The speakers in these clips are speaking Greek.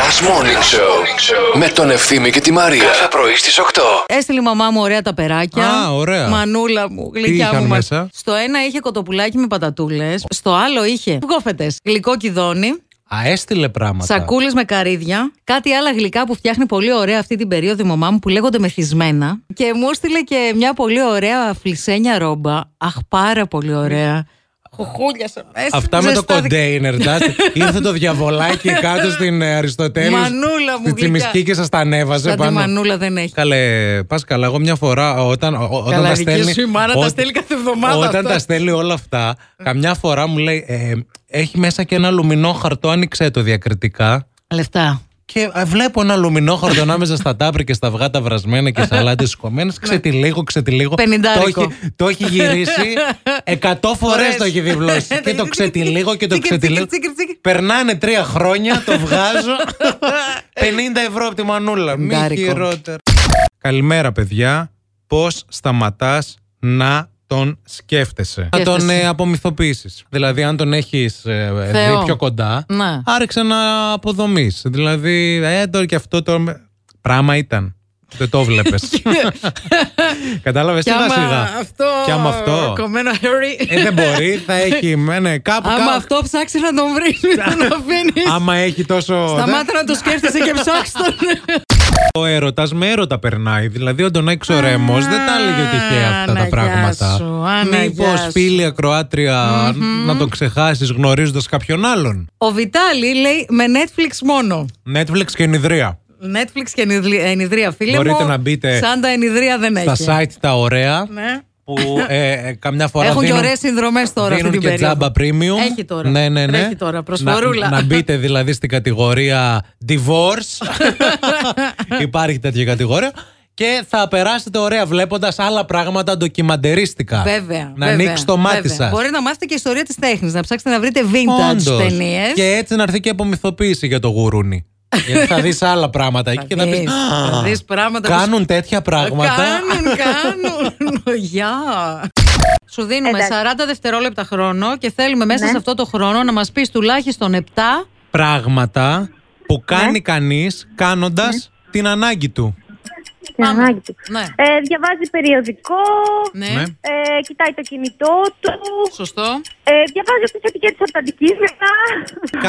Last Morning Show με τον Ευθύμη και τη Μαρία. Κάθε πρωί στις 8. Έστειλε η μαμά μου ωραία τα περάκια. Α, ωραία. Μανούλα μου, γλυκιά είχαν μου. μα- μέσα? Στο ένα είχε κοτοπουλάκι με πατατούλες. Στο άλλο είχε γόφετε. Γλυκό κιδόνι. Α, έστειλε πράγματα. Σακούλες με καρύδια. Κάτι άλλα γλυκά που φτιάχνει πολύ ωραία αυτή την περίοδο η μαμά μου που λέγονται μεθυσμένα. Και μου έστειλε και μια πολύ ωραία φλισένια ρόμπα. Αχ, πάρα πολύ ωραία. Χουχούλιασε μέσα. Αυτά με το Ζεστάθηκε. κοντέινερ, εντάξει. Ήρθε το διαβολάκι κάτω στην ε, Αριστοτέλης. Μανούλα μου, Στη γλυκά. τσιμισκή και σας τα ανέβαζε Σαν τη πάνω. μανούλα δεν έχει. Καλέ, πας καλά. Εγώ μια φορά όταν, ό- ό- όταν Καλά, τα δική στέλνει. σου η μάνα τα ό- στέλνει κάθε εβδομάδα Όταν αυτά. τα στέλνει όλα αυτά, καμιά φορά μου λέει ε, έχει μέσα και ένα λουμινό χαρτό, άνοιξε το διακριτικά. Λεφτά. Και ε, βλέπω ένα λουμινό χαρτό ανάμεσα στα τάπρι και στα αυγά τα βρασμένα και σαλάτες σκομμένες. Ξετυλίγω, ξετυλίγω. Ναι. Πενηντάρικο. Το έχει, το έχει γυρίσει. Εκατό φορές το έχει διβλώσει. και το ξετυλίγω και το Ε, Τσίκερ, ξετυλίγω. τσίκερ, τσίκερ, τσίκερ. Περνάνε τρία χρόνια, το βγάζω. 50 ευρώ από τη μανούλα. Μη Πενηντάρικο. χειρότερα. Καλημέρα, παιδιά. Πώς σταματάς να τον σκέφτεσαι. Να τον Σκέφτεσαι. ε, απομυθοποιήσεις. Δηλαδή, αν τον έχεις Θεό. δει πιο κοντά, Ναι. άρχισε να αποδομείς. Δηλαδή, ε, τώρα και αυτό το. Πράγμα ήταν. Δεν το βλέπει. Κατάλαβε σιγά σιγά. αυτό. Κι άμα αυτό. Κομμένο Harry. Ε, δεν μπορεί, θα έχει. ναι, ναι, κάπου, Άμα κάπου- αυτό ψάξει να τον βρει, να τον αφήνεις. άμα έχει τόσο. Σταμάτα να το σκέφτεσαι και ψάξει τον. Ο έρωτας με έρωτα περνάει. Δηλαδή, ο Ντονάκη ο Ρέμος δεν τα έλεγε τυχαία αυτά τα Άναγιά πράγματα. σου, άναγιά Μήπως σου. φίλη ακροάτρια να τον ξεχάσεις γνωρίζοντας κάποιον άλλον. Ο Βιτάλη λέει με Netflix μόνο. Netflix και ενιδρία. Netflix και ενιδλ- ενιδρία, φίλε μου. Μπορείτε να μπείτε Σαν τα ενιδρία δεν Στα έχει. site τα ωραία Ναι. που ε, ε, καμιά φορά Έχουν και δίνουν- ωραίες συνδρομές τώρα αυτή Δίνουν την και περίοδο. τζάμπα premium. Έχει τώρα. Ναι, ναι, ναι. Τρέχει τώρα, προσφορούλα. Να, να μπείτε δηλαδή στην κατηγορία divorce. Υπάρχει τέτοια κατηγορία. Και θα περάσετε ωραία βλέποντας άλλα πράγματα ντοκιμαντερίστικα. Βέβαια. Να βέβαια, ανοίξει το μάτι βέβαια. σας. Μπορείτε να μάθετε και ιστορία της τέχνης, να ψάξετε να βρείτε vintage ταινίες. Και έτσι να έρθει και απομυθοποίηση για το γουρούνι. Γιατί θα δεις άλλα πράγματα εκεί και να πεις. Θα Ε, δεις πράγματα που Κάνουν τέτοια πράγματα. Κάνουν, κάνουν. Γεια. Σου δίνουμε Εντάξει. 40 δευτερόλεπτα χρόνο και θέλουμε μέσα Ναι. σε αυτό το χρόνο να μας πεις τουλάχιστον 7 Πράγματα που Ναι. κάνει κανείς κάνοντας την ανάγκη του. Την Πάμε. ανάγκη του. Ναι. Ε, διαβάζει περιοδικό, Ναι. Ναι. ε, κοιτάει το κινητό του, Σωστό. ε, διαβάζει τις ετικέτες από τα αντικείμενα.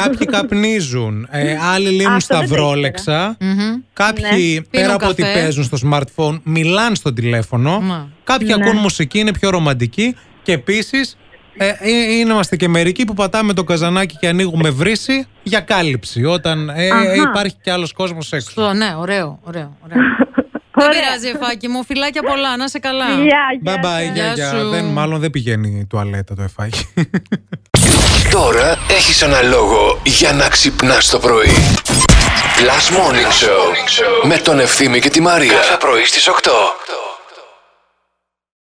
Κάποιοι καπνίζουν, ε, άλλοι λύνουν Αυτό δεν το σταυρόλεξα. Μμμ. Ναι. Κάποιοι πέρα Πίνουν από ότι καφέ. Ναι. παίζουν στο smartphone, μιλάνε στο τηλέφωνο. Μα. Κάποιοι Ναι. ακούν μουσική, είναι πιο ρομαντικοί. Και επίσης ε, ε, είμαστε και μερικοί που πατάμε το καζανάκι και ανοίγουμε βρύση για κάλυψη. Όταν ε, ε, Αχα. υπάρχει και άλλος κόσμος έξω. Σωστό, ναι, ωραίο, ωραίο, ωραίο. Δεν πειράζει, Εφάκη μου. Φιλάκια πολλά, να είσαι καλά. Γεια, Bye γεια σας. bye, Γεια γεια, γεια. σου. Δεν, μάλλον δεν πηγαίνει η τουαλέτα το εφάκι. Τώρα έχεις ένα λόγο για να ξυπνάς το πρωί. Last Morning Show με τον Ευθύμη και τη Μαρία. Κάθε πρωί στις 8.